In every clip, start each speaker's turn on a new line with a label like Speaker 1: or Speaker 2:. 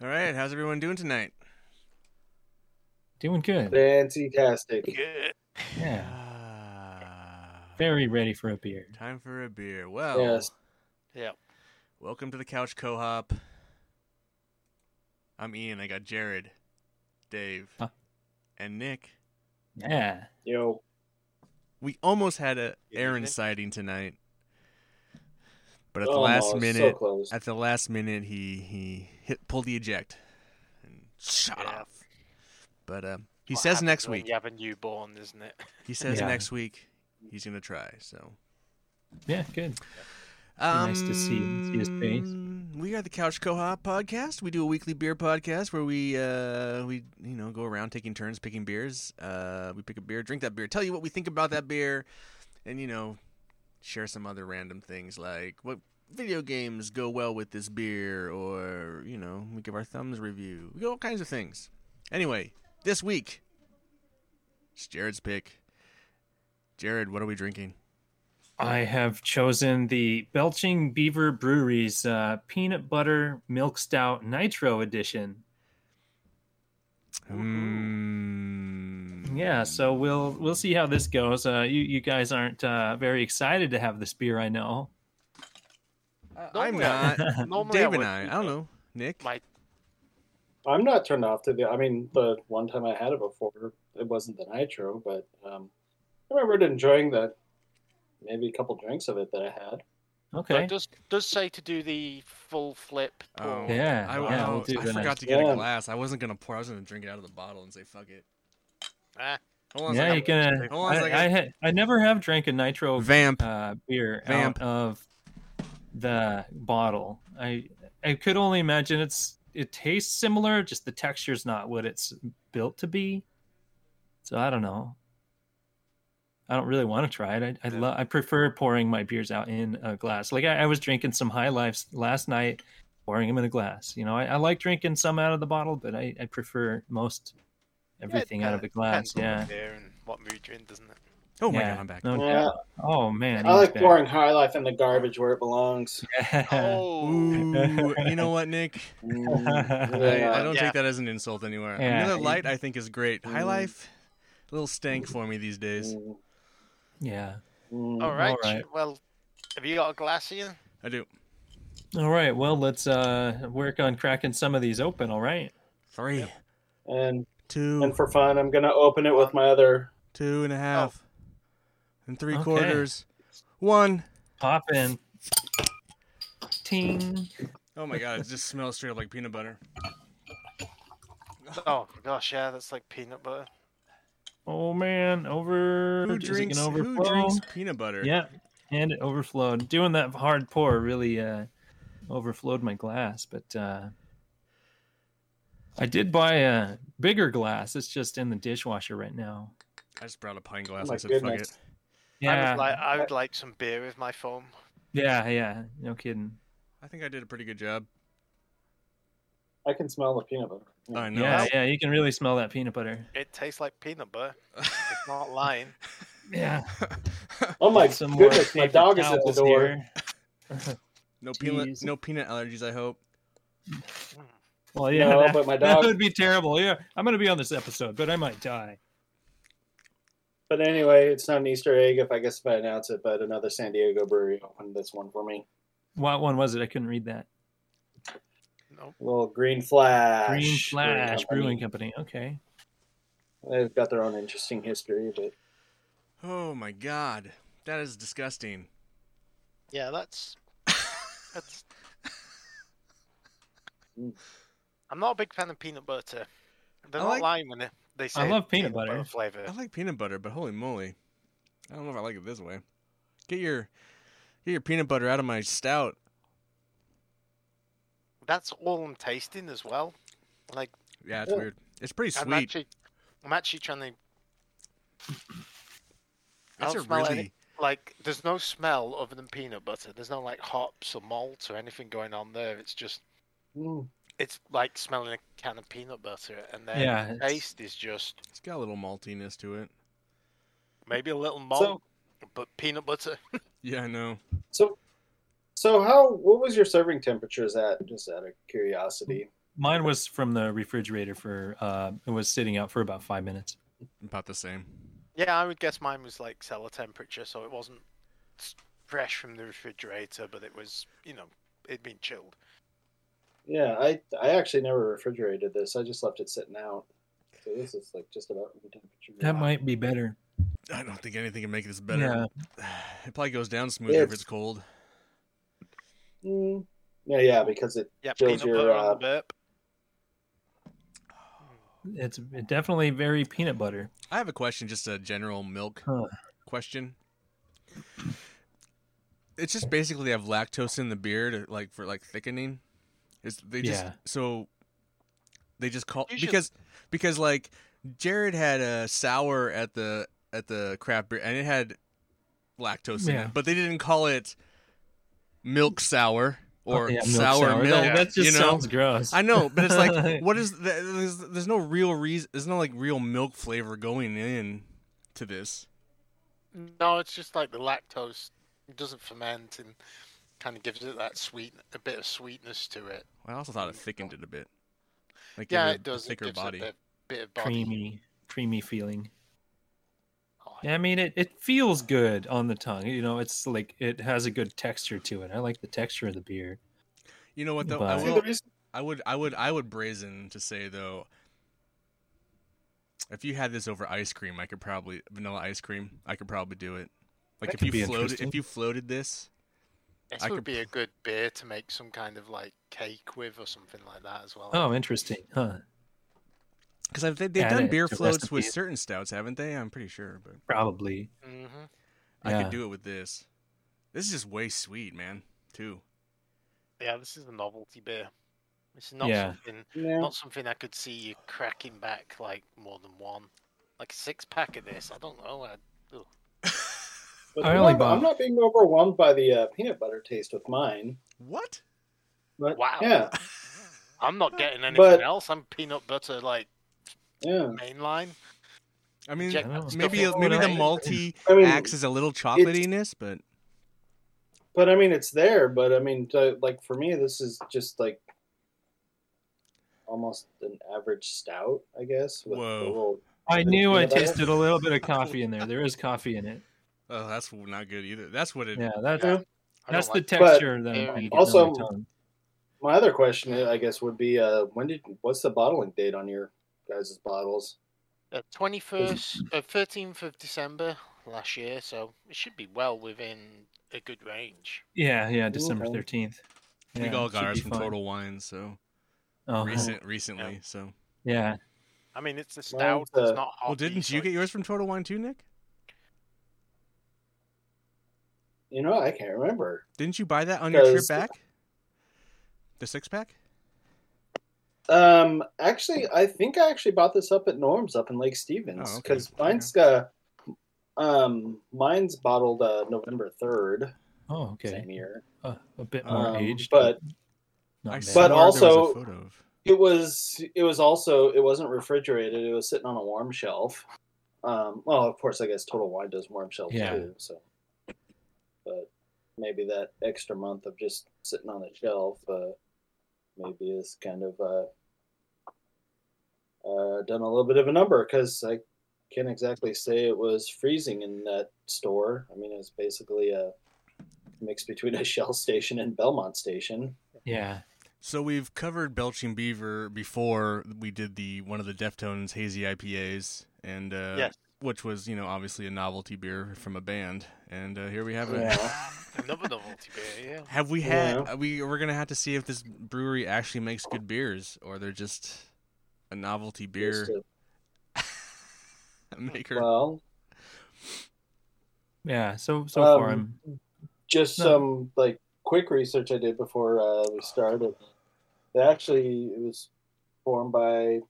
Speaker 1: All right, how's everyone doing tonight?
Speaker 2: Doing good.
Speaker 3: Fancy tastic.
Speaker 2: Yeah.
Speaker 1: Ah,
Speaker 2: Very ready for a beer.
Speaker 1: time for a beer. Well,
Speaker 3: Yes.
Speaker 4: Yeah.
Speaker 1: welcome to the Couch Co-op. I'm Ian. I got Jared, Dave,
Speaker 2: Huh.
Speaker 1: and Nick.
Speaker 2: Yeah.
Speaker 3: Yo.
Speaker 1: We almost had a
Speaker 4: Yeah,
Speaker 1: Aaron
Speaker 4: Nick.
Speaker 1: sighting tonight, but at the
Speaker 3: Almost,
Speaker 1: last
Speaker 3: So
Speaker 1: minute,
Speaker 3: close.
Speaker 1: at the last minute, he he hit pulled the eject and shot
Speaker 4: Yeah.
Speaker 1: off. But um, he
Speaker 4: What
Speaker 1: says
Speaker 4: happens
Speaker 1: next
Speaker 4: when
Speaker 1: week.
Speaker 4: You have a newborn, isn't it?
Speaker 1: He says
Speaker 2: Yeah.
Speaker 1: next week he's gonna try. So
Speaker 2: Yeah, good.
Speaker 1: um,
Speaker 2: nice to see- see his face.
Speaker 1: We are the Couch Co-op podcast. We do a weekly beer podcast where we uh, we you know go around taking turns picking beers. Uh, we pick a beer, drink that beer, tell you what we think about that beer, and you know share some other random things like what video games go well with this beer, or you know we give our thumbs review. We do all kinds of things. Anyway, this week it's Jared's pick. Jared, what are we drinking?
Speaker 2: I have chosen the Belching Beaver Brewery's uh, Peanut Butter Milk Stout Nitro Edition.
Speaker 1: Mm.
Speaker 2: Yeah, so we'll we'll see how this goes. Uh, you you guys aren't uh, very excited to have this beer, I know.
Speaker 1: I'm
Speaker 4: Normally I-
Speaker 1: not.
Speaker 4: Normally,
Speaker 1: Uh, Dave and
Speaker 4: would
Speaker 1: I. I
Speaker 4: be,
Speaker 1: don't
Speaker 4: but
Speaker 1: know. Nick.
Speaker 4: My
Speaker 3: I'm not turned off to the. I mean, the one time I had it before, it wasn't the nitro, but um, I remembered enjoying that. Maybe a couple drinks of it that I had.
Speaker 4: but
Speaker 2: Okay.
Speaker 4: it does does say to do the full flip.
Speaker 1: Oh,
Speaker 4: pour.
Speaker 2: Yeah,
Speaker 1: I,
Speaker 2: yeah,
Speaker 1: oh,
Speaker 2: we'll do
Speaker 1: I
Speaker 2: that.
Speaker 1: forgot to get a
Speaker 3: Yeah.
Speaker 1: glass. I wasn't gonna pour. I was gonna drink it out of the bottle and say fuck it.
Speaker 4: Ah.
Speaker 1: Hold on a
Speaker 2: yeah,
Speaker 1: second.
Speaker 2: you can. uh,
Speaker 1: Hold on a
Speaker 2: I,
Speaker 1: second.
Speaker 2: I, ha- I never have drank a nitro
Speaker 1: Vamp.
Speaker 2: uh, beer
Speaker 1: Vamp.
Speaker 2: out of the bottle. I I could only imagine it's it tastes similar, just the texture's not what it's built to be. So I don't know. I don't really want to try it. I I,
Speaker 4: Yeah.
Speaker 2: lo- I prefer pouring my beers out in a glass. Like I, I was drinking some High Lifes last night, pouring them in a glass. You know, I, I like drinking some out of the bottle, but I, I prefer most everything out of a glass.
Speaker 4: depends- depends on
Speaker 2: uh, Yeah.
Speaker 4: the beer and what mood you're in, doesn't it?
Speaker 1: Oh my
Speaker 2: yeah.
Speaker 1: god, I'm back.
Speaker 2: No-
Speaker 3: Yeah,
Speaker 2: Oh man.
Speaker 3: I
Speaker 2: Ian's
Speaker 3: like
Speaker 2: back.
Speaker 3: pouring high life in the garbage where it belongs.
Speaker 4: Oh,
Speaker 1: Ooh, you know what, Nick?
Speaker 3: Mm,
Speaker 1: I, I
Speaker 3: yeah.
Speaker 1: don't
Speaker 4: Yeah.
Speaker 1: take that as an insult anywhere.
Speaker 2: Yeah.
Speaker 1: Another light, I think, is great. High
Speaker 3: Mm.
Speaker 1: life, a little stank for me these days.
Speaker 3: Mm,
Speaker 2: yeah.
Speaker 3: mm.
Speaker 4: all right.
Speaker 2: Alright.
Speaker 4: Well, have you got a glass here?
Speaker 1: I do.
Speaker 2: All right. Well, let's uh work on cracking some of these open. All right.
Speaker 1: Three,
Speaker 3: And
Speaker 1: two,
Speaker 3: and for fun, I'm gonna open it with my other.
Speaker 1: two and a half, and three
Speaker 2: Okay.
Speaker 1: quarters. One.
Speaker 2: Pop in. Ting.
Speaker 1: Oh my god, it just smells straight up like peanut butter.
Speaker 4: Oh gosh, yeah, that's like peanut butter.
Speaker 2: Oh man, over.
Speaker 1: Who
Speaker 2: is it
Speaker 1: drinks?
Speaker 2: gonna
Speaker 1: Who
Speaker 2: overflow?
Speaker 1: drinks peanut butter?
Speaker 2: Yeah. And it overflowed. Doing that hard pour really uh overflowed my glass, but uh I did buy a bigger glass. It's just in the dishwasher right now.
Speaker 1: I just brought a pine
Speaker 3: Oh
Speaker 1: glass.
Speaker 3: my
Speaker 1: I said, "Fuck it."
Speaker 3: goodness.
Speaker 4: I
Speaker 2: Yeah.
Speaker 4: would like I would like some beer with my foam.
Speaker 2: yeah, yeah. No kidding.
Speaker 1: I think I did a pretty good job.
Speaker 3: I can smell the peanut butter. Mm.
Speaker 1: I know.
Speaker 2: Yeah, yeah, you can really smell that peanut butter.
Speaker 4: It tastes like peanut butter. It's not lying.
Speaker 2: Yeah.
Speaker 3: Oh my
Speaker 2: Some more
Speaker 3: goodness! My
Speaker 2: paper
Speaker 3: dog is at the
Speaker 2: towels
Speaker 3: door.
Speaker 2: here.
Speaker 1: no peanut,
Speaker 2: Jeez.
Speaker 1: no peanut allergies. I hope.
Speaker 4: Hmm,
Speaker 2: Well, yeah,
Speaker 3: No,
Speaker 2: that,
Speaker 3: but my
Speaker 2: that
Speaker 3: dog-
Speaker 2: would be terrible. Yeah, I'm gonna be on this episode, but I might die.
Speaker 3: But anyway, it's not an Easter egg if I guess if I announce it, but another San Diego brewery opened this one for me.
Speaker 2: What one was it? I couldn't read that.
Speaker 4: Nope.
Speaker 3: little Green Flash.
Speaker 2: Green
Speaker 3: Brewing
Speaker 2: Flash
Speaker 3: Company.
Speaker 2: Brewing Company. Okay.
Speaker 3: They've got their own interesting history, but
Speaker 1: Oh my god, that is disgusting.
Speaker 4: Yeah, that's that's.
Speaker 3: Mm.
Speaker 4: I'm not a big fan of peanut butter. They're
Speaker 1: I
Speaker 4: not
Speaker 1: like-
Speaker 4: lying when they, they say
Speaker 2: love peanut butter.
Speaker 4: flavor.
Speaker 1: I like peanut butter, but holy moly, I don't know if I like it this way. Get your, get your peanut butter out of my stout.
Speaker 4: That's all I'm tasting as well. Like
Speaker 1: Yeah, it's
Speaker 3: Yeah.
Speaker 1: weird. It's pretty
Speaker 4: Oh. I'm
Speaker 1: sweet.
Speaker 4: actually, I'm actually trying to I
Speaker 1: It's
Speaker 4: don't
Speaker 1: a
Speaker 4: smell
Speaker 1: really.
Speaker 4: any- like. There's no smell other than peanut butter. There's no like hops or malt or anything going on there. It's just
Speaker 3: mm,
Speaker 4: it's like smelling a can of peanut butter, and then
Speaker 2: Yeah,
Speaker 4: the
Speaker 2: it's-
Speaker 4: taste is just
Speaker 1: It's got a little maltiness to it.
Speaker 4: maybe a little malt,
Speaker 3: so
Speaker 4: but peanut butter.
Speaker 1: Yeah, I know.
Speaker 3: so so how what was your serving temperatures at just out of curiosity?
Speaker 2: mine was from the refrigerator for uh, it was sitting out for about five minutes.
Speaker 1: About the same.
Speaker 4: Yeah, I would guess mine was like cellar temperature, so it wasn't s- fresh from the refrigerator, but it was, you know, it'd been chilled.
Speaker 3: Yeah, I I actually never refrigerated this. I just left it sitting out. So this is like just about room temperature.
Speaker 2: That might be better.
Speaker 1: I don't think anything can make this better. It probably goes down smoother if
Speaker 3: It's-
Speaker 1: it's cold.
Speaker 3: Mm. Yeah, yeah, because it
Speaker 4: Yeah,
Speaker 3: Chills
Speaker 4: peanut
Speaker 3: your,
Speaker 4: butter on
Speaker 3: uh,
Speaker 4: the burp.
Speaker 2: Yeah, it's definitely very peanut butter.
Speaker 1: I have a question, just a general milk
Speaker 2: Huh.
Speaker 1: question. It's just basically they have lactose in the beer, to, like for like thickening. Is they just
Speaker 2: Yeah.
Speaker 1: so they just call
Speaker 4: You should-
Speaker 1: because because like Jared had a sour at the at the craft beer and it had lactose in
Speaker 2: Yeah.
Speaker 1: it, but they didn't call it milk sour or
Speaker 2: Oh, Yeah, milk
Speaker 1: sour, milk.
Speaker 2: That, that just
Speaker 1: you know?
Speaker 2: sounds gross.
Speaker 1: I know, but it's like, what is the, there's, there's no real reason. There's no like real milk flavor going in to this.
Speaker 4: No, it's just like the lactose doesn't ferment and kind of gives it that sweet, a bit of sweetness to it.
Speaker 1: I also thought it thickened it a bit. Like
Speaker 4: Yeah,
Speaker 1: gave
Speaker 4: it does.
Speaker 1: A
Speaker 4: It
Speaker 1: thicker
Speaker 4: gives it
Speaker 1: body.
Speaker 4: a bit of body.
Speaker 2: creamy, creamy feeling.
Speaker 4: Oh,
Speaker 2: Yeah, I mean, it, it feels good on the tongue. You know, it's like it has a good texture to it. I like the texture of the beer.
Speaker 1: You know what though? I
Speaker 2: But-
Speaker 3: See,
Speaker 1: will.
Speaker 3: the reason
Speaker 1: I would. I would. I would brazen to say though. If you had this over ice cream, I could probably vanilla ice cream. I could probably do it. Like
Speaker 2: That
Speaker 1: if
Speaker 2: could be
Speaker 1: you floated,
Speaker 2: interesting.
Speaker 1: if you floated this,
Speaker 4: This
Speaker 1: I
Speaker 4: would
Speaker 1: could
Speaker 4: be a
Speaker 1: pl-
Speaker 4: good beer to make some kind of like cake with or something like that as well.
Speaker 2: Oh, interesting, huh?
Speaker 1: because I've they, they've
Speaker 2: Add
Speaker 1: done
Speaker 2: it
Speaker 1: beer
Speaker 2: to
Speaker 1: floats with
Speaker 2: recipes.
Speaker 1: certain stouts, haven't they? I'm pretty sure, but
Speaker 2: Probably.
Speaker 4: hmm
Speaker 1: I
Speaker 2: Yeah.
Speaker 1: could do it with this. This is just way sweet, man. Too.
Speaker 4: Yeah, this is a novelty beer. It's not
Speaker 2: Yeah.
Speaker 4: something
Speaker 3: yeah,
Speaker 4: not something I could see you cracking back like more than one, like a six pack of this. I don't know. I,
Speaker 3: but
Speaker 2: I
Speaker 3: I'm
Speaker 2: only
Speaker 3: not-
Speaker 2: bought-
Speaker 3: I'm not being overwhelmed by the uh, peanut butter taste with mine.
Speaker 1: What?
Speaker 3: But
Speaker 4: Wow.
Speaker 3: Yeah,
Speaker 4: I'm not getting anything
Speaker 3: But-
Speaker 4: else. I'm peanut butter like
Speaker 3: yeah.
Speaker 4: mainline.
Speaker 1: I mean,
Speaker 4: Jack-
Speaker 2: I don't know.
Speaker 1: maybe
Speaker 4: stuff
Speaker 1: maybe the
Speaker 4: in-
Speaker 1: malty
Speaker 3: I mean,
Speaker 1: acts as a little chocolatiness, but
Speaker 3: but I mean, it's there. But I mean, to, like for me, this is just like almost an average stout, I guess. With
Speaker 1: Whoa.
Speaker 3: A little,
Speaker 2: I knew I
Speaker 3: Yeah, that-
Speaker 2: tasted a little bit of coffee in there. There is coffee in it.
Speaker 1: oh, that's not good either. That's what it.
Speaker 2: Yeah, that's
Speaker 4: Yeah, I
Speaker 2: that's
Speaker 4: don't
Speaker 2: the
Speaker 4: like
Speaker 2: texture that I'm
Speaker 4: Yeah.
Speaker 2: gonna get
Speaker 3: Also-
Speaker 2: on my tongue.
Speaker 3: my other question, I guess, would be uh, when did what's the bottling date on your guys' bottles?
Speaker 4: twenty first, uh, thirteenth of December last year, so it should be well within a good range.
Speaker 2: Yeah, yeah, December
Speaker 3: Okay.
Speaker 2: thirteenth.
Speaker 1: We all got ours from Total Wine, so
Speaker 2: Oh,
Speaker 1: recent recently. So,
Speaker 2: yeah,
Speaker 4: I mean, it's a
Speaker 3: Mine's,
Speaker 4: stout. It's
Speaker 3: uh,
Speaker 4: not hot.
Speaker 1: well, didn't you get yours from Total Wine too, Nick?
Speaker 3: You know, I can't remember.
Speaker 1: Didn't you buy that on your trip
Speaker 3: Because-
Speaker 1: back? The six pack.
Speaker 3: Um, actually, I think I actually bought this up at Norm's up in Lake
Speaker 1: Oh,
Speaker 3: Stevens
Speaker 1: okay.
Speaker 3: because mine's uh, um, mine's bottled uh, November third
Speaker 2: oh, okay,
Speaker 3: same year.
Speaker 2: uh, a bit more
Speaker 3: Um,
Speaker 2: aged,
Speaker 3: but
Speaker 2: not
Speaker 1: I
Speaker 2: bad.
Speaker 1: swore there was a
Speaker 3: also-
Speaker 1: photo of-
Speaker 3: it was it was also it wasn't refrigerated it was sitting on a warm shelf um well of course i guess total wine does warm shelves
Speaker 2: Yeah.
Speaker 3: too so but maybe that extra month of just sitting on a shelf uh maybe is kind of uh uh done a little bit of a number because i can't exactly say it was freezing in that store i mean it was basically a mix between a shell station and belmont station
Speaker 2: yeah,
Speaker 1: So we've covered Belching Beaver before. We did the one of the Deftones hazy IPAs, and uh,
Speaker 4: Yes.
Speaker 1: which was you know obviously a novelty beer from a band, and uh, here we have it.
Speaker 3: Yeah.
Speaker 4: another novelty beer? Yeah.
Speaker 1: Have we had?
Speaker 3: Yeah.
Speaker 1: uh We we're gonna have to see if this brewery actually makes good beers, or they're just a novelty beer
Speaker 3: Just a-
Speaker 1: maker.
Speaker 3: well
Speaker 2: yeah. So so far, I'm
Speaker 3: Um, just
Speaker 2: No.
Speaker 3: some like quick research I did before uh, we started. They actually it was formed by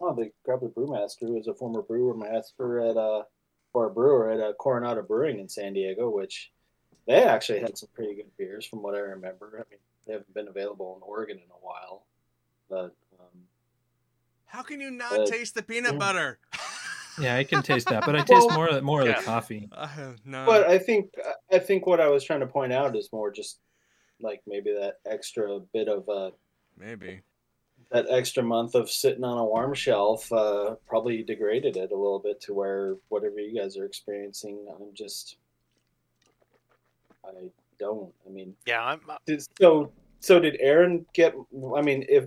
Speaker 3: oh they grabbed a brewmaster who was a former brewer master at uh or a brewer at uh, Coronado Brewing in San Diego, which they actually had some pretty good beers from what I remember. I mean they haven't been available in Oregon in a while, but um,
Speaker 1: How can you not
Speaker 3: Uh,
Speaker 1: taste the peanut
Speaker 3: yeah.
Speaker 1: butter?
Speaker 2: yeah, I can taste that, but I
Speaker 3: Well-
Speaker 2: taste more of- more of
Speaker 4: Yeah.
Speaker 2: the coffee.
Speaker 1: Uh, no.
Speaker 3: But I think I think what I was trying to point out is more just like maybe that extra bit of uh
Speaker 1: Maybe.
Speaker 3: that extra month of sitting on a warm shelf uh, probably degraded it a little bit to where whatever you guys are experiencing, I'm just, I don't. I mean,
Speaker 4: Yeah, I'm, uh,
Speaker 3: did, so so did Aaron get? I mean, if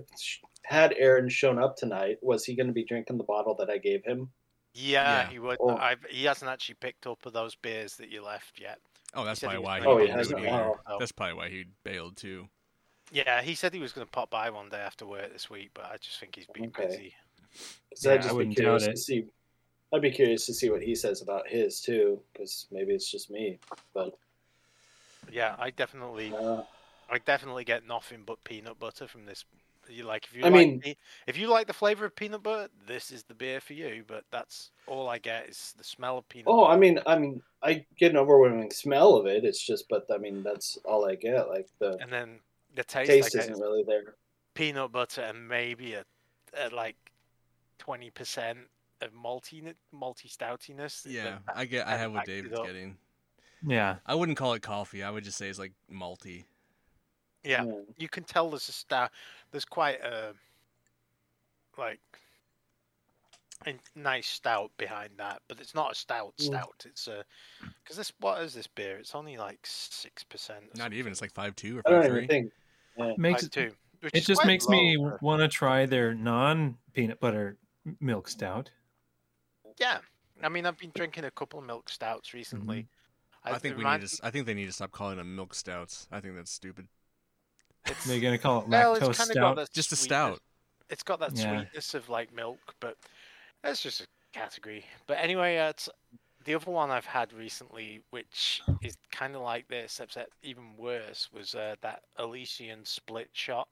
Speaker 3: had Aaron shown up tonight, was he going to be drinking the bottle that I gave him?
Speaker 4: yeah,
Speaker 1: Yeah.
Speaker 4: he would.
Speaker 3: Oh.
Speaker 4: I've, he hasn't actually picked up of those beers that you left yet.
Speaker 1: Oh, that's
Speaker 4: said he
Speaker 1: probably
Speaker 4: was
Speaker 1: why. He
Speaker 4: gonna-
Speaker 3: Oh, he
Speaker 1: didn't do
Speaker 3: hasn't.
Speaker 1: it either.
Speaker 3: Oh.
Speaker 4: Oh.
Speaker 1: That's probably why he bailed too.
Speaker 4: Yeah, he said he was going to pop by one day after work this week, but I just think he's been
Speaker 3: Okay.
Speaker 4: busy.
Speaker 3: 'Cause
Speaker 2: Yeah, I
Speaker 3: I'd just be
Speaker 2: wouldn't doubt
Speaker 3: curious
Speaker 2: it.
Speaker 3: to see. I'd be curious to see what he says about his too, because maybe it's just me. But
Speaker 4: Yeah, I definitely,
Speaker 3: uh,
Speaker 4: I definitely get nothing but peanut butter from this. You like if you
Speaker 3: I
Speaker 4: like
Speaker 3: mean-
Speaker 4: pe- if you like the flavor of peanut butter, this is the beer for you. But that's all I get is the smell of peanut.
Speaker 3: oh,
Speaker 4: butter.
Speaker 3: I mean, I mean, I get an overwhelming smell of it. It's just, but I mean, that's all I get. Like the
Speaker 4: and then the taste, I
Speaker 3: taste
Speaker 4: get
Speaker 3: isn't
Speaker 4: is
Speaker 3: really there.
Speaker 4: peanut butter and maybe a, a like twenty percent of malty malty stoutiness.
Speaker 1: Yeah, I get. I
Speaker 4: kinda
Speaker 1: have what
Speaker 4: backed it
Speaker 1: David's
Speaker 4: up.
Speaker 1: getting.
Speaker 2: Yeah.
Speaker 1: I wouldn't call it coffee. I would just say it's like malty.
Speaker 4: yeah. you can tell there's a star. There's quite a like a nice stout behind that, but it's not a stout
Speaker 3: Mm.
Speaker 4: stout. It's a because this what is this beer? It's only like six percent.
Speaker 1: Not even. It's like five two or
Speaker 3: I don't
Speaker 1: five
Speaker 3: even
Speaker 1: three.
Speaker 3: think.
Speaker 2: Makes it,
Speaker 4: two. which
Speaker 2: it
Speaker 4: is
Speaker 2: just
Speaker 4: quite
Speaker 2: makes me
Speaker 4: low for-
Speaker 2: want to try their non peanut butter m- milk stout.
Speaker 4: yeah. I mean, I've been drinking a couple of milk stouts recently.
Speaker 1: Mm-hmm. I think
Speaker 4: it
Speaker 1: we
Speaker 4: remind-
Speaker 1: need to. s- I think they need to stop calling them milk stouts. I think that's stupid.
Speaker 4: it's-
Speaker 2: They're gonna call it
Speaker 4: well,
Speaker 2: lactose
Speaker 4: it's kinda got
Speaker 2: stout.
Speaker 4: that
Speaker 1: Just a
Speaker 4: sweetness-
Speaker 1: stout.
Speaker 4: It's got that
Speaker 2: Yeah.
Speaker 4: sweetness of like milk, but that's just a category. But anyway, uh, it's the other one I've had recently, which is kind of like this, except even worse, was uh, that Elysian split shot.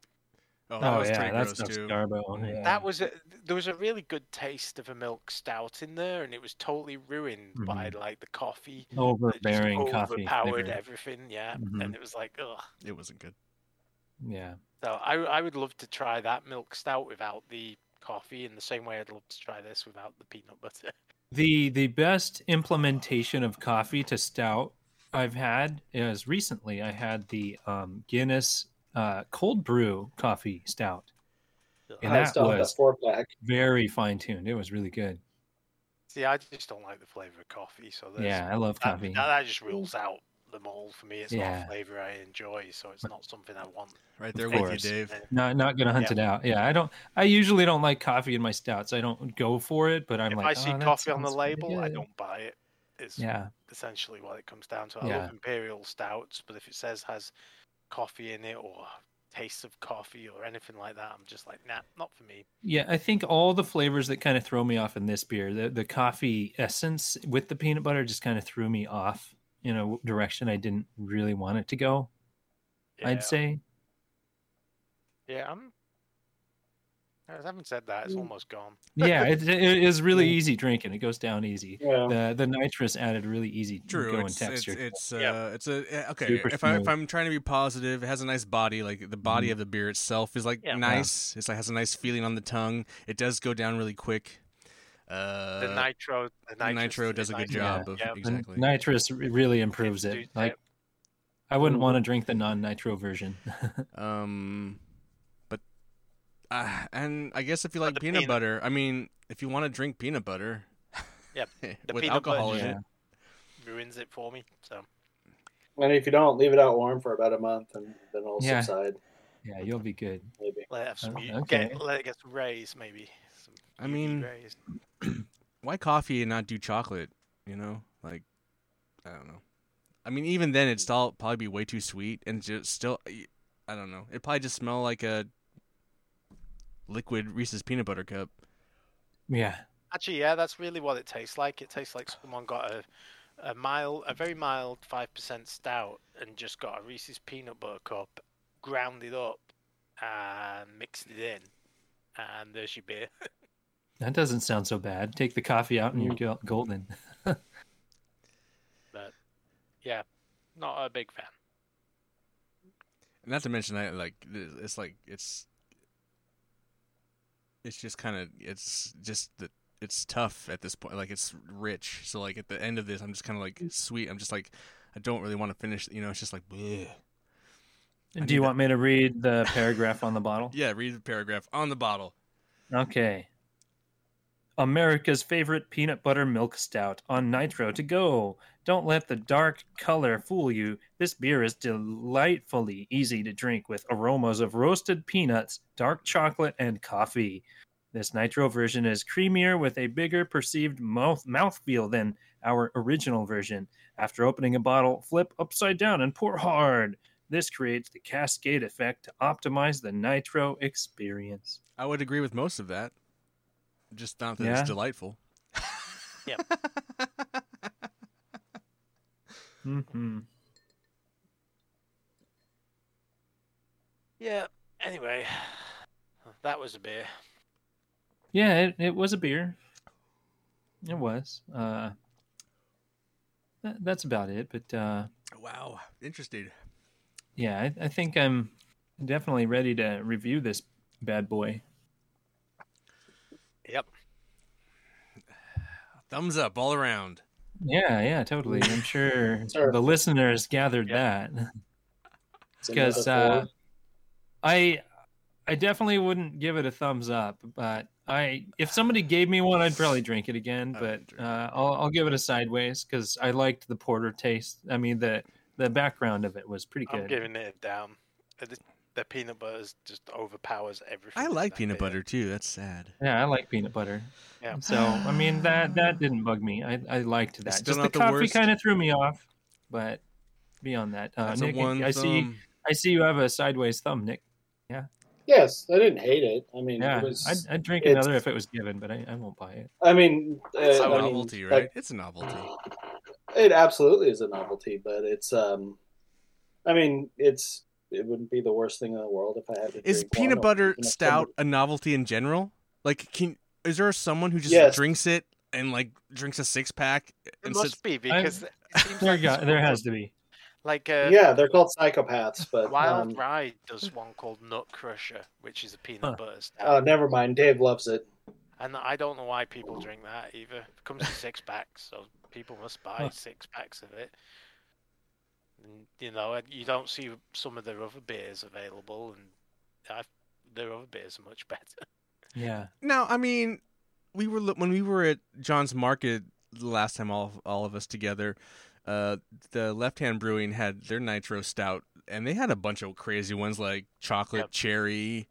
Speaker 1: Oh, that
Speaker 2: Oh,
Speaker 1: was
Speaker 2: yeah,
Speaker 1: pretty
Speaker 2: that's
Speaker 1: gross
Speaker 2: not
Speaker 1: too.
Speaker 2: Scarbo. Oh, Yeah.
Speaker 4: That was a, there was a really good taste of a milk stout in there, and it was totally ruined by like the coffee. that just
Speaker 2: overbearing Mm-hmm. coffee.
Speaker 4: overpowered
Speaker 2: flavor.
Speaker 4: everything, yeah,
Speaker 2: Mhm.
Speaker 4: and it was like, ugh.
Speaker 1: It wasn't good.
Speaker 2: Yeah.
Speaker 4: So I, I would love to try that milk stout without the coffee, in the same way I'd love to try this without the peanut butter.
Speaker 2: The the best implementation of coffee to stout I've had is recently I had the um, Guinness uh, cold brew coffee stout. And
Speaker 3: I
Speaker 2: that
Speaker 3: still have
Speaker 2: was-
Speaker 3: that four pack.
Speaker 2: Very fine tuned. It was really good.
Speaker 4: See, I just don't like the flavor of coffee, so there's,
Speaker 2: Yeah, I love
Speaker 4: that,
Speaker 2: coffee.
Speaker 4: that, that just rules out them all for me. It's not
Speaker 2: Yeah.
Speaker 4: a flavor I enjoy, so it's not something I want.
Speaker 1: Right
Speaker 2: Of
Speaker 1: there with you,
Speaker 2: course.
Speaker 1: Dave.
Speaker 2: Not not gonna hunt
Speaker 4: Yeah.
Speaker 2: it out. Yeah, I don't. I usually don't like coffee in my stouts. I don't go for it, but I'm
Speaker 4: if
Speaker 2: like,
Speaker 4: I see
Speaker 2: "Oh, that
Speaker 4: coffee on the
Speaker 2: sounds pretty
Speaker 4: label, I
Speaker 2: good."
Speaker 4: don't buy it. It's
Speaker 2: Yeah,
Speaker 4: essentially what it comes down to. I
Speaker 2: Yeah.
Speaker 4: love imperial stouts, but if it says has coffee in it or tastes of coffee or anything like that, I'm just like, nah, not for me.
Speaker 2: yeah. I think all the flavors that kind of throw me off in this beer, the the coffee essence with the peanut butter, just kind of threw me off in a direction I didn't really want it to go.
Speaker 4: Yeah.
Speaker 2: I'd say.
Speaker 4: yeah, I'm. as Having said that, it's
Speaker 3: Mm.
Speaker 4: almost gone.
Speaker 2: Yeah, it, it is really
Speaker 3: Yeah.
Speaker 2: easy drinking. It goes down easy.
Speaker 3: Yeah.
Speaker 2: The the nitrous added really easy
Speaker 1: True.
Speaker 2: go in
Speaker 1: It's it's,
Speaker 2: texture.
Speaker 1: it's uh
Speaker 4: Yeah.
Speaker 1: it's a eh, okay.
Speaker 2: Super
Speaker 1: if I if
Speaker 2: smooth.
Speaker 1: I'm trying to be positive, it has a nice body. Like the body
Speaker 2: Mhm.
Speaker 1: of the beer itself is like
Speaker 4: Yeah. Yeah.
Speaker 1: nice. It's like has a nice feeling on the tongue. It does go down really quick. Uh,
Speaker 4: The nitro, the
Speaker 1: the
Speaker 4: nitrous,
Speaker 1: nitro
Speaker 4: the
Speaker 1: does a good
Speaker 4: nitro-
Speaker 1: job of
Speaker 4: yeah,
Speaker 2: The n-
Speaker 1: exactly.
Speaker 2: Nitrous r- really improves
Speaker 4: It's
Speaker 2: it.
Speaker 4: do-
Speaker 2: Like I wouldn't
Speaker 3: Mhm.
Speaker 2: want to drink the non-nitro version.
Speaker 1: Um, but uh, and I guess if you like
Speaker 4: the
Speaker 1: peanut,
Speaker 4: peanut-
Speaker 1: butter, I mean, if you want to drink peanut butter,
Speaker 4: Yep, the
Speaker 1: with
Speaker 4: peanut
Speaker 1: alcohol
Speaker 4: butter
Speaker 1: in it,
Speaker 2: yeah.
Speaker 4: ruins it for me. So
Speaker 3: And if you don't, leave it out warm for about a month, and then it'll
Speaker 2: Yeah.
Speaker 3: subside.
Speaker 2: yeah, you'll be good.
Speaker 3: Maybe.
Speaker 4: let it have some
Speaker 2: Oh,
Speaker 4: u-
Speaker 2: okay.
Speaker 4: get let it get some rays maybe. Some
Speaker 1: I
Speaker 4: UV
Speaker 1: mean,
Speaker 4: rays.
Speaker 1: why coffee and not do chocolate? You know, like I don't know. I mean, even then, it'd still probably be way too sweet, and just still, I don't know. It probably just smell like a liquid Reese's peanut butter cup.
Speaker 2: Yeah.
Speaker 4: actually, yeah, that's really what it tastes like. It tastes like someone got a a mild, a very mild five percent stout, and just got a Reese's peanut butter cup, ground it up, and mixed it in, and there's your beer.
Speaker 2: That doesn't sound so bad. Take the coffee out
Speaker 1: Mm.
Speaker 2: and you're go- golden.
Speaker 4: Yeah, not a big fan.
Speaker 1: Not to mention that, like, th- it's like it's it's just kind of it's just that it's tough at this point. Like, it's rich, so like at the end of this, I'm just kind of like sweet. I'm just like I don't really want to finish. You know, it's just like bleh. I
Speaker 2: Do you
Speaker 1: need
Speaker 2: want me to read the paragraph on the bottle?
Speaker 1: Yeah, read the paragraph on the bottle.
Speaker 2: Okay. America's favorite peanut butter milk stout on nitro to go. Don't let the dark color fool you. This beer is delightfully easy to drink with aromas of roasted peanuts, dark chocolate, and coffee. This nitro version is creamier with a bigger perceived mouth mouthfeel than our original version. After opening a bottle, flip upside down and pour hard. This creates the cascade effect to optimize the nitro experience.
Speaker 1: I would agree with most of that. Just not that
Speaker 2: Yeah.
Speaker 1: it's delightful.
Speaker 4: Yep.
Speaker 2: hmm
Speaker 4: Yeah. Anyway, that was a beer.
Speaker 2: Yeah, it, it was a beer. It was. Uh, tha- that's about it. But uh,
Speaker 1: wow, interesting.
Speaker 2: yeah, I, I think I'm definitely ready to review this bad boy.
Speaker 4: Yep.
Speaker 1: Thumbs up all around.
Speaker 2: Yeah, yeah, totally. I'm sure
Speaker 3: Sure.
Speaker 2: the listeners gathered that. because uh, I I definitely wouldn't give it a thumbs up, but I if somebody gave me one, I'd probably drink it again.
Speaker 1: I
Speaker 2: But
Speaker 1: would drink it
Speaker 2: uh, I'll I'll give it a sideways because I liked the porter taste. I mean the the background of it was pretty
Speaker 4: I'm
Speaker 2: good.
Speaker 4: giving it a down. Uh, The, the peanut butter just overpowers everything.
Speaker 1: I
Speaker 4: in
Speaker 1: like
Speaker 4: that
Speaker 1: peanut
Speaker 4: beer.
Speaker 1: butter too. That's sad.
Speaker 2: Yeah, I like peanut butter.
Speaker 4: Yeah.
Speaker 2: So I mean that that didn't bug me. I I liked that.
Speaker 1: still
Speaker 2: Just the
Speaker 1: not the
Speaker 2: coffee
Speaker 1: worst.
Speaker 2: kind of threw me off, but beyond that, uh,
Speaker 1: That's
Speaker 2: Nick,
Speaker 1: a one
Speaker 2: I see
Speaker 1: thumb.
Speaker 2: I see you have a sideways thumb, Nick.
Speaker 3: yes, I didn't hate it. I mean,
Speaker 2: Yeah,
Speaker 3: it was.
Speaker 2: I'd, I'd drink
Speaker 3: it's-
Speaker 2: another if it was given, but I, I won't buy it.
Speaker 3: I mean, uh,
Speaker 1: It's a
Speaker 3: I mean,
Speaker 1: novelty,
Speaker 3: like,
Speaker 1: right? It's a novelty.
Speaker 3: It absolutely is a novelty, but it's. um I mean, it's. It wouldn't be the worst thing in the world if I had to.
Speaker 1: Is
Speaker 3: drink one
Speaker 1: peanut
Speaker 3: of-
Speaker 1: butter
Speaker 3: you know,
Speaker 1: stout a novelty in general? Like, can is there someone who just
Speaker 3: Yes.
Speaker 1: drinks it and like drinks a six pack
Speaker 4: It
Speaker 1: and
Speaker 4: must
Speaker 1: sits?
Speaker 4: be because it seems
Speaker 2: There,
Speaker 4: like
Speaker 2: you go.
Speaker 4: there's
Speaker 2: there
Speaker 4: one
Speaker 2: has
Speaker 4: called-
Speaker 2: to be.
Speaker 4: like
Speaker 3: some-
Speaker 4: uh,
Speaker 3: Yeah, they're called psychopaths, but
Speaker 4: Wild
Speaker 3: um,
Speaker 4: Ride does one called Nut Crusher, which is a peanut
Speaker 2: Huh.
Speaker 4: butter stout.
Speaker 3: oh, never mind. Dave loves it.
Speaker 4: And I don't know why people drink that either. It comes in six packs, so people must buy
Speaker 2: Huh.
Speaker 4: six packs of it. And, you know, and you don't see some of their other beers available, and i their other beers are much better.
Speaker 2: Yeah.
Speaker 1: Now, I mean, we were lo- when we were at John's Market the last time, all all of us together. Uh, the Left Hand Brewing had their Nitro Stout, and they had a bunch of crazy ones like chocolate
Speaker 4: Yep.
Speaker 1: cherry.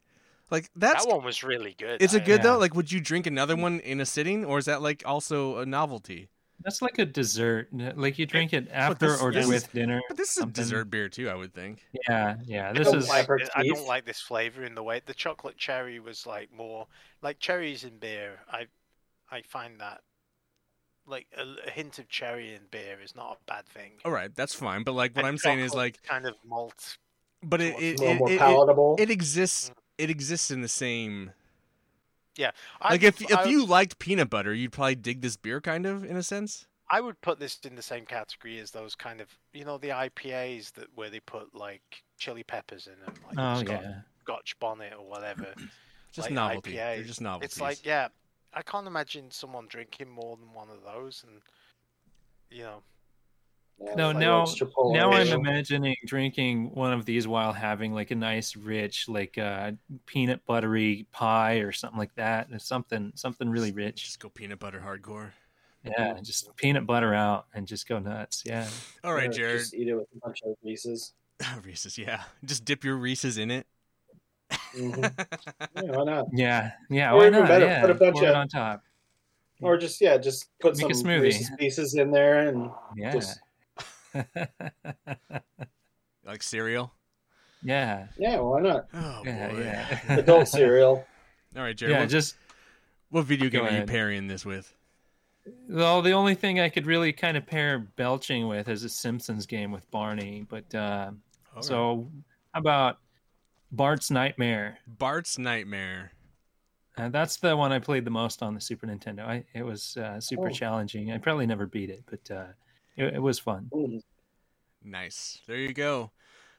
Speaker 1: Like that's
Speaker 4: that one was really good.
Speaker 1: is
Speaker 4: I-
Speaker 1: it good
Speaker 2: Yeah.
Speaker 1: though? Like, would you drink another one in a sitting, or is that like also a novelty?
Speaker 2: That's like a dessert. n- Like you drink it after
Speaker 1: this-
Speaker 2: or
Speaker 1: this is-
Speaker 2: with dinner.
Speaker 1: But this is
Speaker 2: Something-
Speaker 1: a dessert beer too, I would think.
Speaker 2: Yeah, yeah.
Speaker 4: I
Speaker 2: This
Speaker 4: don't
Speaker 2: is
Speaker 4: like
Speaker 3: Viper
Speaker 4: thi- I don't
Speaker 3: Keith.
Speaker 4: like this flavor in the way the chocolate cherry was like more like cherries in beer. I I find that like a, l- a hint of cherry in beer is not a bad thing.
Speaker 1: All right, that's fine. But like, Oh, what
Speaker 4: And
Speaker 1: I'm saying is like,
Speaker 4: chocolate's kind of malt.
Speaker 1: but it
Speaker 3: A
Speaker 1: it,
Speaker 3: little
Speaker 1: it,
Speaker 3: more
Speaker 1: it, it,
Speaker 3: palatable.
Speaker 1: it exists. It exists in the same.
Speaker 4: I
Speaker 1: like, if
Speaker 4: would-
Speaker 1: if
Speaker 4: I,
Speaker 1: you liked peanut butter, you'd probably dig this beer, kind of, in a sense.
Speaker 4: I would put this in the same category as those kind of you know the IPAs that where they put like chili peppers in them, like
Speaker 2: Oh
Speaker 4: Scotch,
Speaker 2: yeah.
Speaker 4: Scotch bonnet or whatever.
Speaker 1: Just
Speaker 4: Like
Speaker 1: novelty. They're
Speaker 4: IPAs.
Speaker 1: just novelties.
Speaker 4: It's like, yeah, I can't imagine someone drinking more than one of those, and you know,
Speaker 3: Yeah,
Speaker 2: No,
Speaker 3: it's like
Speaker 2: now-
Speaker 3: extra Chipotle.
Speaker 2: Now I'm imagining drinking one of these while having like a nice, rich, like uh, peanut buttery pie or something like that. It's something, something really rich.
Speaker 1: just go peanut butter hardcore.
Speaker 2: Yeah, just peanut butter out and just go nuts. Yeah.
Speaker 1: All right,
Speaker 2: Uh,
Speaker 3: Yeah,
Speaker 1: Jared.
Speaker 3: Just eat it with a bunch of Reese's.
Speaker 1: Reese's, yeah. Just dip your Reese's in it.
Speaker 3: Mhm. Yeah, why not?
Speaker 2: Yeah, yeah.
Speaker 3: Or
Speaker 2: why
Speaker 3: even
Speaker 2: not?
Speaker 3: better,
Speaker 2: yeah.
Speaker 3: put a bunch
Speaker 2: pour it
Speaker 3: of-
Speaker 2: on top.
Speaker 3: Or just yeah, just put
Speaker 2: Make a
Speaker 3: some
Speaker 2: smoothie.
Speaker 3: Reese's pieces in there and
Speaker 2: Yeah.
Speaker 3: just-
Speaker 1: Like cereal.
Speaker 2: yeah.
Speaker 3: yeah, why not?
Speaker 1: Oh,
Speaker 2: Yeah,
Speaker 1: boy.
Speaker 2: yeah.
Speaker 3: Adult cereal.
Speaker 1: All right, Jared.
Speaker 2: Yeah,
Speaker 1: what,
Speaker 2: just
Speaker 1: what video game
Speaker 2: Go
Speaker 1: are you
Speaker 2: ahead.
Speaker 1: pairing this with?
Speaker 2: Well, the only thing I could really kind of pair belching with is a Simpsons game with Barney. But uh,
Speaker 1: All right.
Speaker 2: so, how about Bart's Nightmare?
Speaker 1: Bart's Nightmare.
Speaker 2: Uh, that's the one I played the most on the Super Nintendo. I, it was uh, super
Speaker 3: Oh.
Speaker 2: challenging. I probably never beat it, but uh, it, it was fun.
Speaker 3: Mm.
Speaker 1: Nice. There you go.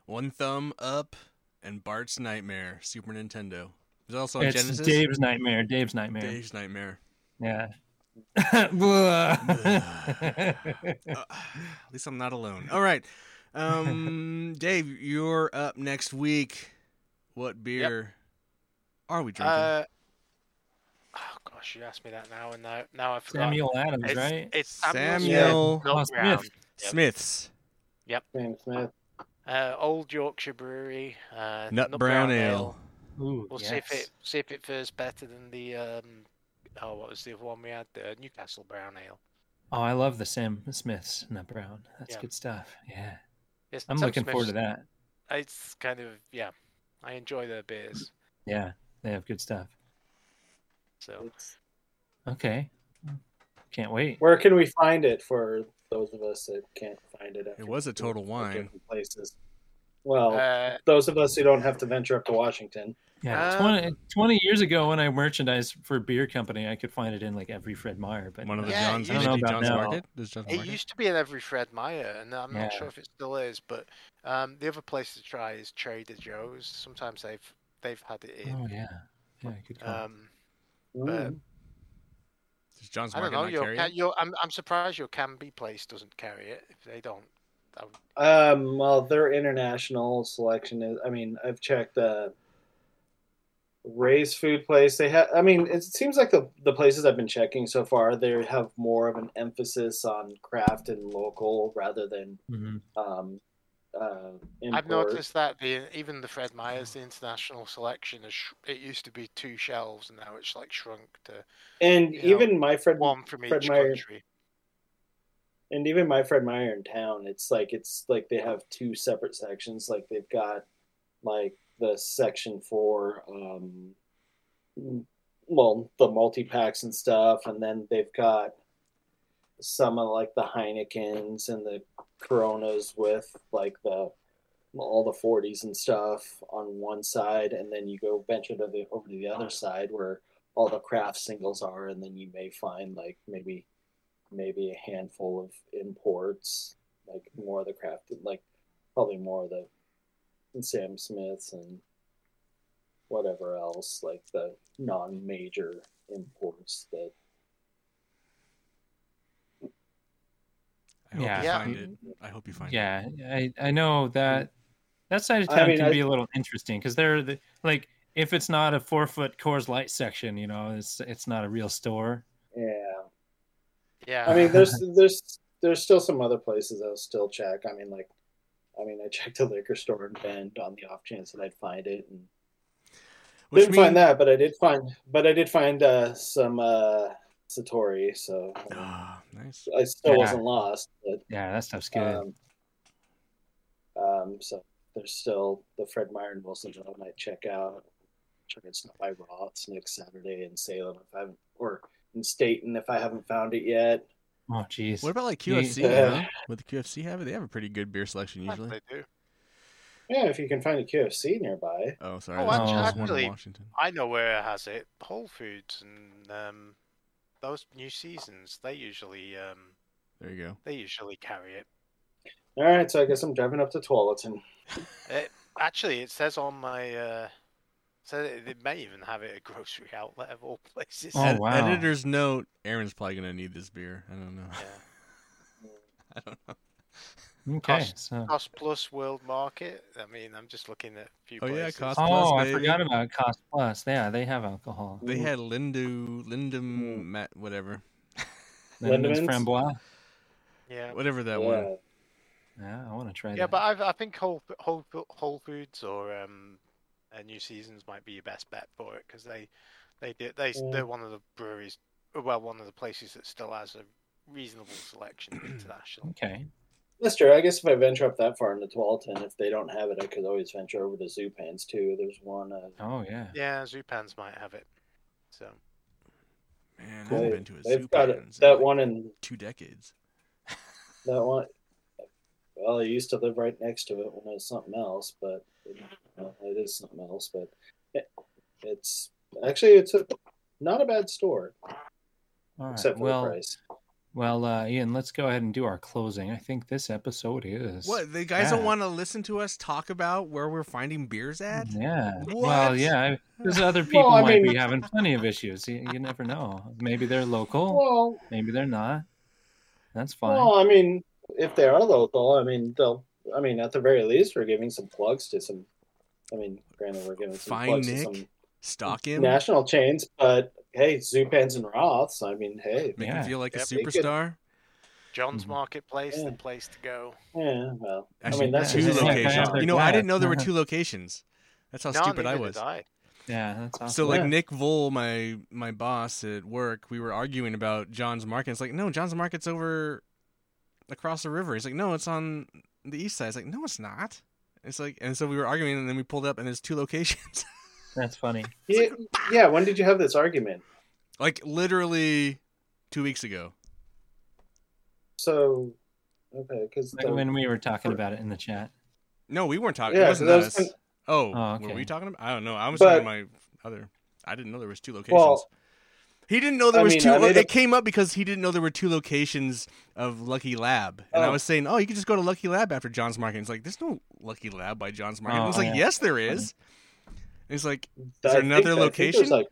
Speaker 1: One thumb up and Bart's Nightmare, Super Nintendo. It was also on
Speaker 2: it's
Speaker 1: Genesis.
Speaker 2: Dave's Nightmare. Dave's Nightmare.
Speaker 1: Dave's Nightmare.
Speaker 2: Yeah.
Speaker 1: Uh, at least I'm not alone. All right. Um, Dave, you're up next week. What beer are we drinking?
Speaker 4: Uh, oh gosh, you asked me that now, and now now I forgot.
Speaker 2: Samuel Adams,
Speaker 4: it's,
Speaker 2: right?
Speaker 4: It's
Speaker 1: Samuel
Speaker 4: Samuel Smith.
Speaker 2: Smith.
Speaker 4: Milk Brown, Yep.
Speaker 1: Smith's
Speaker 3: Sam Smith.
Speaker 4: uh, Old Yorkshire Brewery. Uh,
Speaker 1: Nut Brown Ale.
Speaker 2: Ooh,
Speaker 4: We'll
Speaker 2: yes.
Speaker 4: see if it see if it fares better than the um. Oh, what was the other one we had? The Newcastle Brown Ale.
Speaker 2: Oh, I love the Sam Smiths, not Brown. That's
Speaker 4: Yeah.
Speaker 2: good stuff. Yeah,
Speaker 4: Yes,
Speaker 2: I'm
Speaker 4: Sam
Speaker 2: looking forward to
Speaker 4: Smith's-
Speaker 2: that.
Speaker 4: It's kind of yeah, I enjoy their beers.
Speaker 2: Yeah, they have good stuff.
Speaker 4: So
Speaker 2: Okay, can't wait.
Speaker 3: Where can we find it for those of us that can't find it? after
Speaker 1: It was a
Speaker 3: people
Speaker 1: total
Speaker 3: from
Speaker 1: wine.
Speaker 3: different Places. Well,
Speaker 4: uh,
Speaker 3: those of us who don't have to venture up to Washington.
Speaker 2: Yeah,
Speaker 3: uh,
Speaker 4: Um,
Speaker 2: 20, 20 years ago when I merchandised for a beer company, I could find it in like every Fred Meyer, but
Speaker 1: One of the
Speaker 4: Yeah,
Speaker 1: Johns.
Speaker 4: you- I don't
Speaker 2: know
Speaker 1: Did you
Speaker 2: about
Speaker 1: John's
Speaker 2: now.
Speaker 1: Market? Does John's
Speaker 4: it
Speaker 1: Market?
Speaker 4: used to be in every Fred Meyer, and I'm
Speaker 2: Yeah.
Speaker 4: not sure if it still is. But um, the other place to try is Trader Joe's. Sometimes they've they've had it in.
Speaker 2: oh yeah, yeah, good call.
Speaker 3: Uh,
Speaker 4: Um,
Speaker 3: Mm.
Speaker 1: Does John's
Speaker 4: I don't
Speaker 1: Market
Speaker 4: know.
Speaker 1: not
Speaker 4: Your,
Speaker 1: carry
Speaker 4: ca-
Speaker 1: it?
Speaker 4: your, I'm, I'm surprised your Canby place doesn't carry it. If they don't, that would,
Speaker 3: Um, well, their international selection is. I mean, I've checked the Ray's food place. They have. I mean, it seems like the the places I've been checking so far, they have more of an emphasis on craft and local rather than
Speaker 2: Mhm.
Speaker 3: um, uh, import.
Speaker 4: I've noticed that the even the Fred
Speaker 1: Oh.
Speaker 4: Meyer's the international selection is sh- it used to be two shelves and now it's like shrunk to
Speaker 3: and
Speaker 4: you know,
Speaker 3: even my friend
Speaker 4: one from
Speaker 3: Fred
Speaker 4: each
Speaker 3: Meyer-
Speaker 4: country.
Speaker 3: and even my friend Meyer in town, it's like it's like they have two separate sections. Like they've got like the section for um well, the multi packs and stuff, and then they've got some of like the Heinekens and the Coronas with like the all the forties and stuff on one side, and then you go venture to the over to the other side where all the craft singles are, and then you may find like maybe maybe a handful of imports, like more of the craft, like probably more of the Sam Smiths and whatever else, like the non-major imports that
Speaker 1: I hope
Speaker 2: Yeah.
Speaker 1: you
Speaker 4: Yeah.
Speaker 1: find it. I hope you find it.
Speaker 2: Yeah, I I know that that side of
Speaker 3: I
Speaker 2: town
Speaker 3: mean,
Speaker 2: can
Speaker 3: I-
Speaker 2: be a little interesting because they're the, like if it's not a four foot Coors Light section, you know, it's it's not a real store.
Speaker 3: yeah.
Speaker 4: Yeah,
Speaker 3: I mean, there's there's there's still some other places I'll still check. I mean, like, I mean, I checked a liquor store in Bend on the off chance that I'd find it, and
Speaker 1: Which
Speaker 3: didn't
Speaker 1: means
Speaker 3: find that, but I did find, but I did find uh, some uh, Satori, so I, mean,
Speaker 1: Ah, nice.
Speaker 3: I still
Speaker 2: Yeah.
Speaker 3: wasn't lost. But
Speaker 2: Yeah, that stuff's good.
Speaker 3: um, um, so there's still the Fred Meyer and Wilson that I might check out. Check it out by Roth's next Saturday in Salem if I haven't, or in Staten if I haven't found it yet.
Speaker 2: oh, jeez.
Speaker 1: What about like
Speaker 2: Yeah.
Speaker 1: QFC?
Speaker 3: Yeah.
Speaker 1: huh? Would the QFC have it? They have a pretty good beer selection
Speaker 4: Yes,
Speaker 1: usually.
Speaker 4: they do.
Speaker 3: Yeah, if you can find a QFC nearby.
Speaker 1: Oh, sorry.
Speaker 4: Oh,
Speaker 1: there's
Speaker 2: actually-
Speaker 1: just one in
Speaker 4: actually-
Speaker 1: Washington.
Speaker 4: I know where it has it. Whole Foods and um, those new seasons. They usually um,
Speaker 1: There you go.
Speaker 4: they usually carry it.
Speaker 3: All right, so I guess I'm driving up to Tualatin.
Speaker 4: Actually, it says on my. Uh, so they they may even have it at grocery outlet of all places.
Speaker 2: Oh,
Speaker 1: Ed-
Speaker 2: wow.
Speaker 1: Editor's note: Aaron's probably gonna need this beer. I don't know.
Speaker 4: Yeah.
Speaker 1: I don't know.
Speaker 2: okay?
Speaker 4: cost-
Speaker 2: So,
Speaker 4: Cost Plus World Market. I mean, I'm just looking at a few
Speaker 1: Oh, yeah,
Speaker 4: places.
Speaker 1: Cost
Speaker 2: oh,
Speaker 1: Plus,
Speaker 2: I
Speaker 1: baby.
Speaker 2: forgot about Cost Plus. Yeah, they have alcohol.
Speaker 1: They
Speaker 3: Mm.
Speaker 1: had Lindu, Lindum, Matt, whatever,
Speaker 2: Lindemans
Speaker 3: Lindemans?
Speaker 2: Frambois.
Speaker 4: Yeah.
Speaker 1: whatever that
Speaker 3: yeah.
Speaker 1: one.
Speaker 2: Yeah, I want to try that.
Speaker 4: Yeah, but I've, I think Whole, Fo- Whole, Fo- Whole Foods or um, uh, New Seasons might be your best bet for it because they, they do, they,
Speaker 3: Mm.
Speaker 4: they're one of the breweries, well, one of the places that still has a reasonable selection of international.
Speaker 2: okay.
Speaker 3: That's true. I guess if I venture up that far into Tualatin, if they don't have it, I could always venture over to Zupans too. There's one. Uh,
Speaker 2: Oh yeah.
Speaker 4: Yeah, Zupans might have it. So
Speaker 1: Man, I
Speaker 3: Cool.
Speaker 1: haven't been to a
Speaker 3: they've got it,
Speaker 1: Zupan's in,
Speaker 3: that
Speaker 1: like,
Speaker 3: one in
Speaker 1: two decades.
Speaker 3: that one. Well, I used to live right next to it when it was something else, but well, it is something else. But it, it's actually it's a, not a bad store
Speaker 2: All right.
Speaker 3: except for
Speaker 2: well,
Speaker 3: the price.
Speaker 2: well, uh, Ian, let's go ahead and do our closing. I think this episode is
Speaker 1: What? The guys don't
Speaker 2: Yeah.
Speaker 1: want to listen to us talk about where we're finding beers at.
Speaker 2: Yeah. Well,
Speaker 1: What?
Speaker 2: yeah. Because other people
Speaker 3: Well, I
Speaker 2: might
Speaker 3: mean-
Speaker 2: be having plenty of issues. You, you never know. Maybe they're local.
Speaker 3: Well,
Speaker 2: Maybe they're not. That's fine.
Speaker 3: well, I mean, if they are local, I mean they'll I mean, at the very least, we're giving some plugs to some. I mean, granted, we're giving some
Speaker 1: Fine
Speaker 3: plugs
Speaker 1: Nick,
Speaker 3: to some
Speaker 1: Stalk him.
Speaker 3: national chains, but hey, Zupans and Roths. I mean, hey,
Speaker 1: Make
Speaker 2: Yeah.
Speaker 1: him feel like
Speaker 4: Yep,
Speaker 1: a
Speaker 3: make it-
Speaker 1: superstar.
Speaker 4: John's
Speaker 2: Mhm.
Speaker 1: Mm-hmm.
Speaker 4: Marketplace,
Speaker 3: Yeah.
Speaker 4: the place to go.
Speaker 3: yeah, well, I
Speaker 1: Actually,
Speaker 3: mean, that's
Speaker 1: two
Speaker 2: yeah,
Speaker 3: just-
Speaker 2: yeah, yeah,
Speaker 1: locations.
Speaker 2: yeah.
Speaker 1: You know, I
Speaker 2: Yeah.
Speaker 1: didn't know there were two locations. That's how
Speaker 4: No,
Speaker 1: stupid I
Speaker 4: neither
Speaker 1: was.
Speaker 4: did I.
Speaker 2: Yeah, that's awesome.
Speaker 1: So like
Speaker 3: Yeah.
Speaker 1: Nick Vole, my my boss at work, we were arguing about John's Market. It's like no, John's Market's over across the river. He's like, no, it's on the east side. It's like, no, it's not. It's like, and so we were arguing, and then we pulled up, and there's two locations.
Speaker 2: that's funny.
Speaker 3: yeah, yeah. When did you have this argument?
Speaker 1: like literally two weeks ago.
Speaker 3: So, okay, because
Speaker 2: Like when we were talking about it in the chat.
Speaker 1: No, we weren't talking.
Speaker 3: Yeah,
Speaker 1: it wasn't
Speaker 3: 'cause I was
Speaker 1: us. Oh,
Speaker 2: Oh,
Speaker 1: were
Speaker 2: okay.
Speaker 1: we talking about? I don't know. I was
Speaker 3: But-
Speaker 1: talking to my other. I didn't know there was two locations.
Speaker 3: well,
Speaker 1: He didn't know there
Speaker 3: I
Speaker 1: was
Speaker 3: mean,
Speaker 1: two.
Speaker 3: I made
Speaker 1: it
Speaker 3: a-
Speaker 1: came up because he didn't know there were two locations of Lucky Lab, and I
Speaker 3: Oh.
Speaker 1: was saying, "Oh, you could just go to Lucky Lab after John's Market." And he's like, "There's no Lucky Lab by John's Market." and I was
Speaker 2: Oh,
Speaker 1: like,
Speaker 2: yeah.
Speaker 1: "Yes, there is." And he's like,
Speaker 3: I
Speaker 1: there
Speaker 3: think-
Speaker 1: another
Speaker 3: I think there's
Speaker 1: location?
Speaker 3: like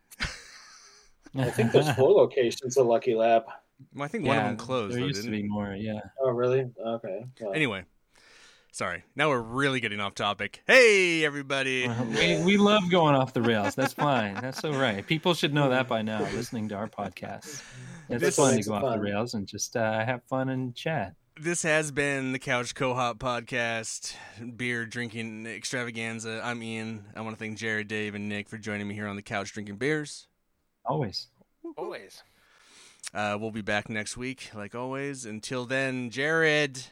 Speaker 3: I think there's four locations of Lucky Lab.
Speaker 1: well, "I think one of them closed."
Speaker 2: There
Speaker 1: Though,
Speaker 2: used
Speaker 1: didn't?
Speaker 2: to be more. Yeah.
Speaker 3: Oh, really? Okay. well,
Speaker 1: Anyway, sorry. Now we're really getting off topic. Hey, everybody!
Speaker 3: Uh-huh.
Speaker 2: Uh, We, we love going off the rails. That's fine. That's all right. People should know that by now. Listening to our podcast, it's
Speaker 1: This
Speaker 2: fun to
Speaker 3: makes
Speaker 2: go
Speaker 3: it
Speaker 2: off
Speaker 3: fun.
Speaker 2: the rails and just uh, have fun and chat.
Speaker 1: This has been the Couch Cohop podcast, beer drinking extravaganza. I'm Ian. I want to thank Jared, Dave, and Nick for joining me here on the couch drinking beers.
Speaker 2: Always.
Speaker 4: Always.
Speaker 1: Uh, we'll be back next week, like always. Until then, Jared.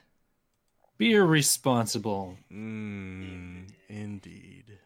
Speaker 2: Be responsible.
Speaker 1: Mm, indeed.